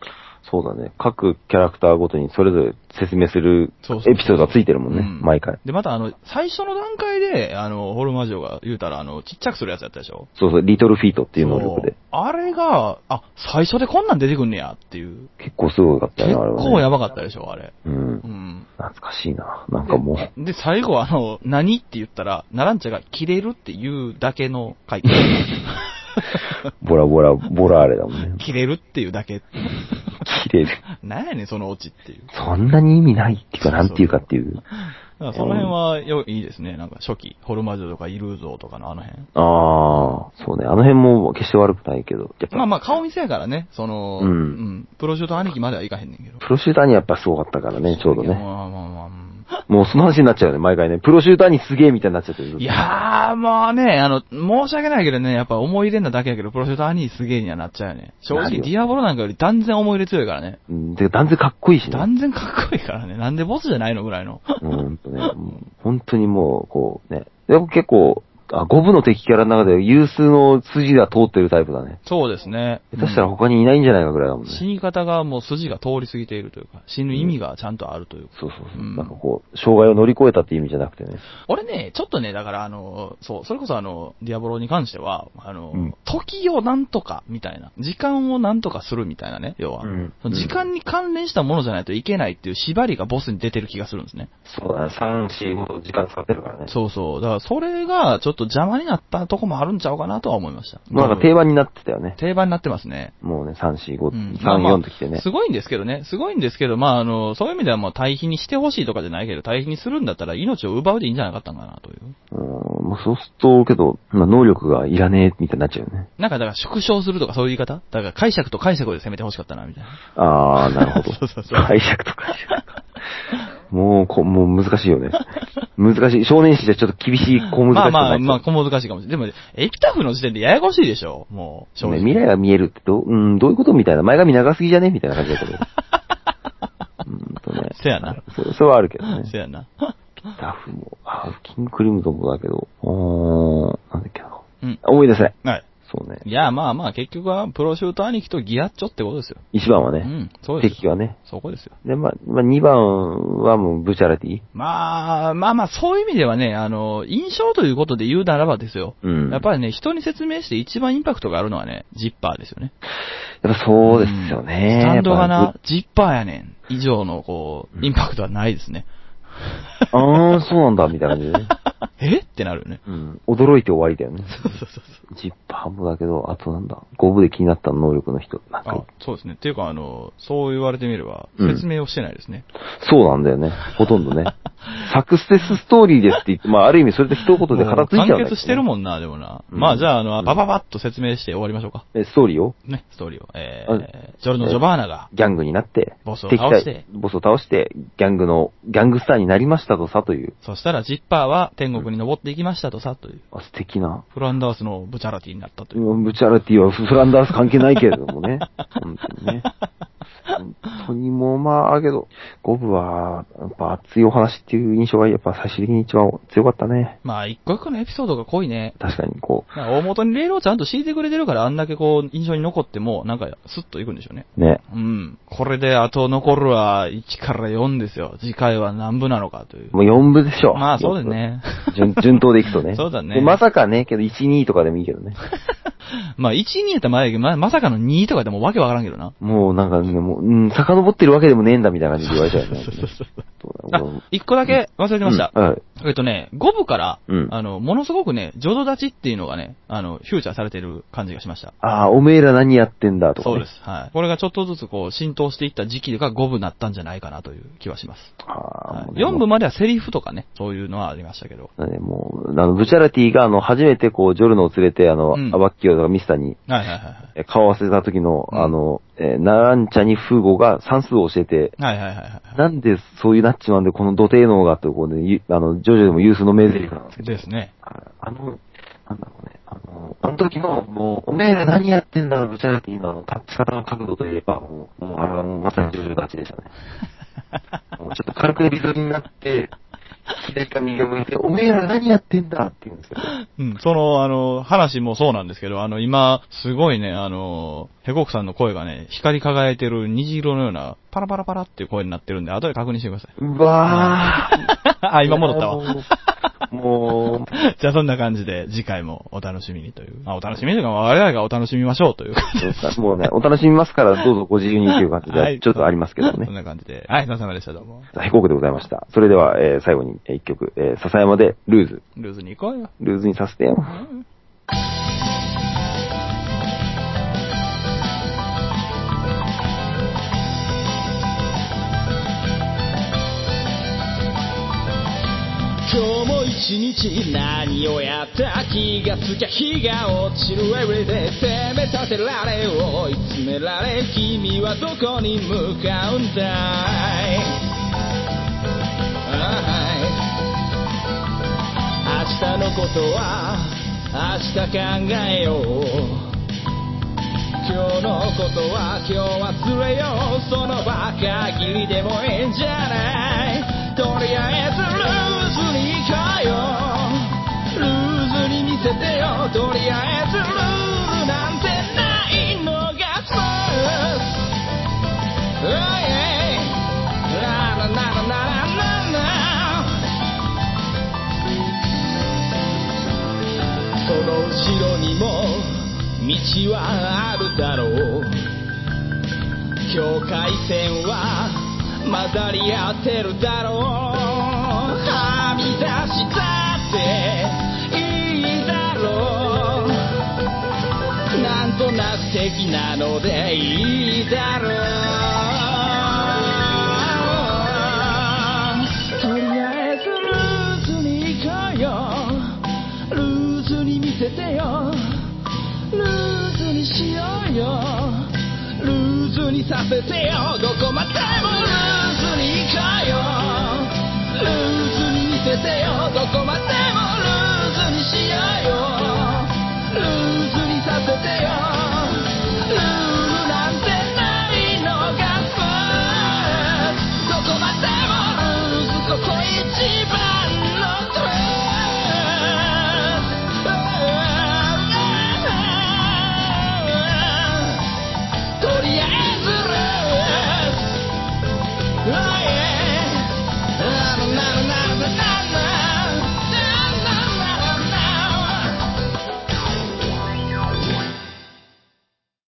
Speaker 2: そうだね。各キャラクターごとにそれぞれ説明する
Speaker 1: そうそう
Speaker 2: エピソードがついてるもんね、
Speaker 1: うん
Speaker 2: 毎回。
Speaker 1: で、またあの、最初の段階で、あの、ホルマジオが言うたら、あの、ちっちゃくするやつやったでしょ
Speaker 2: そうそう、リトルフィートっていう能力で
Speaker 1: そ。うあれが、あ、最初でこんなん出てくんねやっていう。
Speaker 2: 結構すごかったよ
Speaker 1: 結
Speaker 2: ね、あれは、ね。
Speaker 1: 構やばかったでしょ、あれ。
Speaker 2: うん
Speaker 1: う。ん。
Speaker 2: 懐かしいな。なんかもう。
Speaker 1: で、最後、あの、何って言ったら、ナランチャが切れるっていうだけの回答。
Speaker 2: ボラボラ、ボラあれだも んね。
Speaker 1: 切れるっていうだけ。
Speaker 2: 切れる。
Speaker 1: なんやねん、そのオチっていう。
Speaker 2: そんなに意味ないっていうか、なんていうかっていう。
Speaker 1: だからその辺はよ、いいですね。なんか、初期、ホルマジョとかイルーゾーとかのあの辺。
Speaker 2: ああ、そうね。あの辺も決して悪くないけど。やっぱ
Speaker 1: まあまあ、顔見せやからね、その、
Speaker 2: うん
Speaker 1: プロシュート兄貴まではいかへんねんけど。
Speaker 2: プロシューターにやっぱすごかったからね、ちょうどね。
Speaker 1: まあまあまあうん
Speaker 2: もうその話になっちゃうよね、毎回ね。プロシューターにすげえみたいになっちゃってる。
Speaker 1: いやー、まあね、あの、申し訳ないけどね、やっぱ思い入れなだけやけど、プロシュート兄すげえにはなっちゃうよね。正
Speaker 2: なる
Speaker 1: 直、
Speaker 2: よ
Speaker 1: ディアボロなんかより断然思い入れ強いからね。
Speaker 2: うん。で、断然かっこいいしね。
Speaker 1: 断然かっこいいからね。なんでボスじゃないのぐらいの。
Speaker 2: うん、ほんとね。うん本当にもう、こうね。でも結構、あ、五部の敵キャラの中で有数の筋が通ってるタイプだね。
Speaker 1: そうですね。
Speaker 2: 下手したら他にいないんじゃないかぐらいだもんね。
Speaker 1: 死に方がもう筋が通り過ぎているというか、死ぬ意味がちゃんとあるというか。
Speaker 2: そうそうそう。
Speaker 1: うん
Speaker 2: なんかこう、障害を乗り越えたって意味じゃなくてね。
Speaker 1: 俺ね、ちょっとね、だからあの、そう、それこそあの、ディアボロに関しては、あの、
Speaker 2: うん
Speaker 1: 時をなんとか、みたいな。時間をなんとかするみたいなね、要は。
Speaker 2: うん
Speaker 1: その時間に関連したものじゃないといけないっていう縛りがボスに出てる気がするんですね。
Speaker 2: そうだね。3、4、5時間使ってるからね
Speaker 1: そうそう。だからそれがちょっと邪魔になったとこもあるんちゃうかなとは思いました。
Speaker 2: もうなんか定番になってたよね。
Speaker 1: 定番になってますね。
Speaker 2: もうね、3、4、5、
Speaker 1: うん
Speaker 2: 3、
Speaker 1: まあまあ
Speaker 2: 4ときてね。
Speaker 1: すごいんですけどね。すごいんですけど、まあ、あの、そういう意味ではもう対比にしてほしいとかじゃないけど、対比にするんだったら命を奪うでいいんじゃなかったんかなという。
Speaker 2: うん、もうそうすると、けど、まあ能力がいらねえみたいになっちゃうよね。
Speaker 1: なんかだから縮小するとかそういう言い方だから解釈と解釈で攻めてほしかったな、みたいな。
Speaker 2: あ ー、なるほど。
Speaker 1: そうそうそう
Speaker 2: 解釈と解釈か。もうこ、もう難しいよね。難しい。少年誌じゃちょっと厳しい小難し
Speaker 1: まあ
Speaker 2: さ
Speaker 1: ま
Speaker 2: が
Speaker 1: あ、
Speaker 2: 入っちゃう
Speaker 1: まあ、小難しいかもしれない。でも、エピタフの時点でややこしいでしょもう、正
Speaker 2: ね
Speaker 1: 直。
Speaker 2: 未来が見えるってどう、うん、どういうことみたいな。前髪長すぎじゃねみたいな感じ だけど。うんとね。
Speaker 1: せやな。
Speaker 2: そそれはあるけどね。
Speaker 1: せやな。
Speaker 2: ダフも、あーキングクリムゾンもだけど、うーん、なんだっけな。
Speaker 1: うん。
Speaker 2: 思い出せない。
Speaker 1: はい。
Speaker 2: そうね。
Speaker 1: いや、まあまあ、結局は、プロシュート兄貴とギアッチョってことですよ。
Speaker 2: 一番は
Speaker 1: う
Speaker 2: ね、
Speaker 1: ん、そうです
Speaker 2: 敵
Speaker 1: よ。
Speaker 2: はね。
Speaker 1: そこですよ。
Speaker 2: で、まあ、まあ、2番はもうブチャラティ
Speaker 1: まあ、まあまあ、そういう意味ではね、あの、印象ということで言うならばですよ。
Speaker 2: うん。
Speaker 1: やっぱりね、人に説明して一番インパクトがあるのはね、ジッパーですよね。
Speaker 2: やっぱそうですよね。
Speaker 1: うんスタンドが
Speaker 2: やっ
Speaker 1: な
Speaker 2: ぱ、
Speaker 1: ジッパーやねん。以上の、こう、インパクトはないですね。
Speaker 2: ぶあー、そうなんだ、みたいな感じで ね。
Speaker 1: えってなるよね。
Speaker 2: うん。驚いて終わりだよね。
Speaker 1: そうそうそうそう。
Speaker 2: ジッパーもだけど、あとなんだ、五部で気になった能力の人。なん
Speaker 1: あ
Speaker 2: か、
Speaker 1: そうですね。っていうか、あの、そう言われてみれば、
Speaker 2: うん
Speaker 1: 説明をしてないですね。
Speaker 2: そうなんだよね。ほと んどね。サクセスストーリーですって言って、まあ、ある意味それで一言で片付いちゃうんだ
Speaker 1: 完
Speaker 2: けどね
Speaker 1: 結してるもんな、でもな。
Speaker 2: うん
Speaker 1: まあ、じゃあ、あの、
Speaker 2: うん
Speaker 1: バババッと説明して終わりましょうか。
Speaker 2: え、ストーリーを
Speaker 1: ね、ストーリーを。え
Speaker 2: は
Speaker 1: ー、ジョルノ・ジョバーナが、
Speaker 2: ギャングになって、
Speaker 1: ボスを
Speaker 2: 敵
Speaker 1: 倒し
Speaker 2: 対
Speaker 1: て、
Speaker 2: ボスを倒して、ギャングの、ギャングスターになりましたとさという、
Speaker 1: そしたらジッパーは天国に登っていきましたとさ、という。
Speaker 2: あ素敵な。
Speaker 1: フランダースのブチャラティになったという。
Speaker 2: うんブチャラティはフランダース関係ないけれどもね。本当にね。本当にもうまあ、けど、ゴブは、やっぱ熱いお話っていう印象がやっぱ最終的に一番強かったね。
Speaker 1: まあ、一個一個のエピソードが濃いね。
Speaker 2: 確かにこ
Speaker 1: なんか大元にレールをちゃんと敷いてくれてるから、あんだけこう、印象に残っても、なんか、スッといくんでしょうね。
Speaker 2: う、ね。
Speaker 1: うん。これで、あと残るは1から4ですよ。次回は何部なのかという。
Speaker 2: もう4部でしょ。
Speaker 1: まあ、そうだね。。
Speaker 2: 順。 順当でいくとね
Speaker 1: そうだね
Speaker 2: でまさかね、けど1、2とかでもいいけどね。
Speaker 1: まあ、1、2やったら前やけど、ままさかの2とかでもわけわからんけどな。
Speaker 2: もうなんかね、もう、うん、遡ってるわけでもねえんだみたいな感じで言われちゃうよね。
Speaker 1: そうそうそう。
Speaker 2: そうだ
Speaker 1: あ、1個だけ忘れてました。
Speaker 2: うんはい。
Speaker 1: えっとね、5部から、
Speaker 2: うん
Speaker 1: あの、ものすごくね、浄土立ちっていうのがね、あの、フューチャーされてる感じがしました。
Speaker 2: ああ、おめえら何やってんだとか、ね。
Speaker 1: そうです。はい。これがちょっとずつこう、浸透していった時期が5部になったんじゃないかなという気はします。
Speaker 2: ああ、もうね
Speaker 1: 4部まではセリフとかね、そういうのはありましたけど。
Speaker 2: ね、もう、あの、ブチャラティが、あの、初めてこう、ジョルノを連れて、あの、
Speaker 1: うん
Speaker 2: アバッキオとかミスターに、
Speaker 1: はいはいはいはい。
Speaker 2: え顔を合わせた時の、
Speaker 1: うん
Speaker 2: あの、えーナランチャにフーゴが算数を教えて、
Speaker 1: はいはいはいは
Speaker 2: なんでそういうなっちまうんで、この土手能がと、こうね、ゆあの、ジョジョでも有数の名台詞なんですけ
Speaker 1: い。
Speaker 2: ど、
Speaker 1: ですね。
Speaker 2: あの、なんだろうね、あの、あの時の、もう、おめえら何やってんだろ、ブチャラティのあの、立ち方の角度といえば、もう、もうあれはもうまさにジョジョ立ちでしたね。もうちょっと軽くエビ反りになって、左か右を向いて、おめえら何やってんだって言うんですよ。
Speaker 1: うん、その、あの、話もそうなんですけど、あの、今、すごいね、あの、ヘコクさんの声がね、光り輝いてる虹色のような、パラパラパラっていう声になってるんで、後で確認してください。
Speaker 2: うわー。
Speaker 1: あ、今戻ったわ。
Speaker 2: わ。も
Speaker 1: じゃあそんな感じで、次回もお楽しみにという。まあ、お楽しみというか、我々がお楽しみましょうという感じ です。
Speaker 2: う、もうね、お楽しみますから、どうぞご自由にという感じ
Speaker 1: は
Speaker 2: で
Speaker 1: い、
Speaker 2: ちょっとありますけどね
Speaker 1: そん。な感じで。はい、皆様でした、どうも。
Speaker 2: 飛行機でございました。それでは、えー最後にえー一曲、えー笹山でルーズ。
Speaker 1: ルーズに行こうよ。
Speaker 2: ルーズにさせてよ。
Speaker 1: うん
Speaker 3: 今日も一日何をやった気がつきゃ日が落ちる Everyday 責め立てられ追い詰められ君はどこに向かうんだいあい明日のことは明日考えよう今日のことは今日忘れようその場限りでもいいんじゃないとりあえずルーズに行こうよルーズに見せてよとりあえずルールなんてないのがスーおいえいラララララララその後ろにも道はあるだろう境界線は混ざり合ってるだろうはみ出したっていいだろうなんとなく的なのでいいだろうとりあえずルーズに行こうよルーズに見せてよルーズにしようよルーズにさせてよどこまでもルーズに行こうよルーズに見せてよどこまでもルーズにしようよルー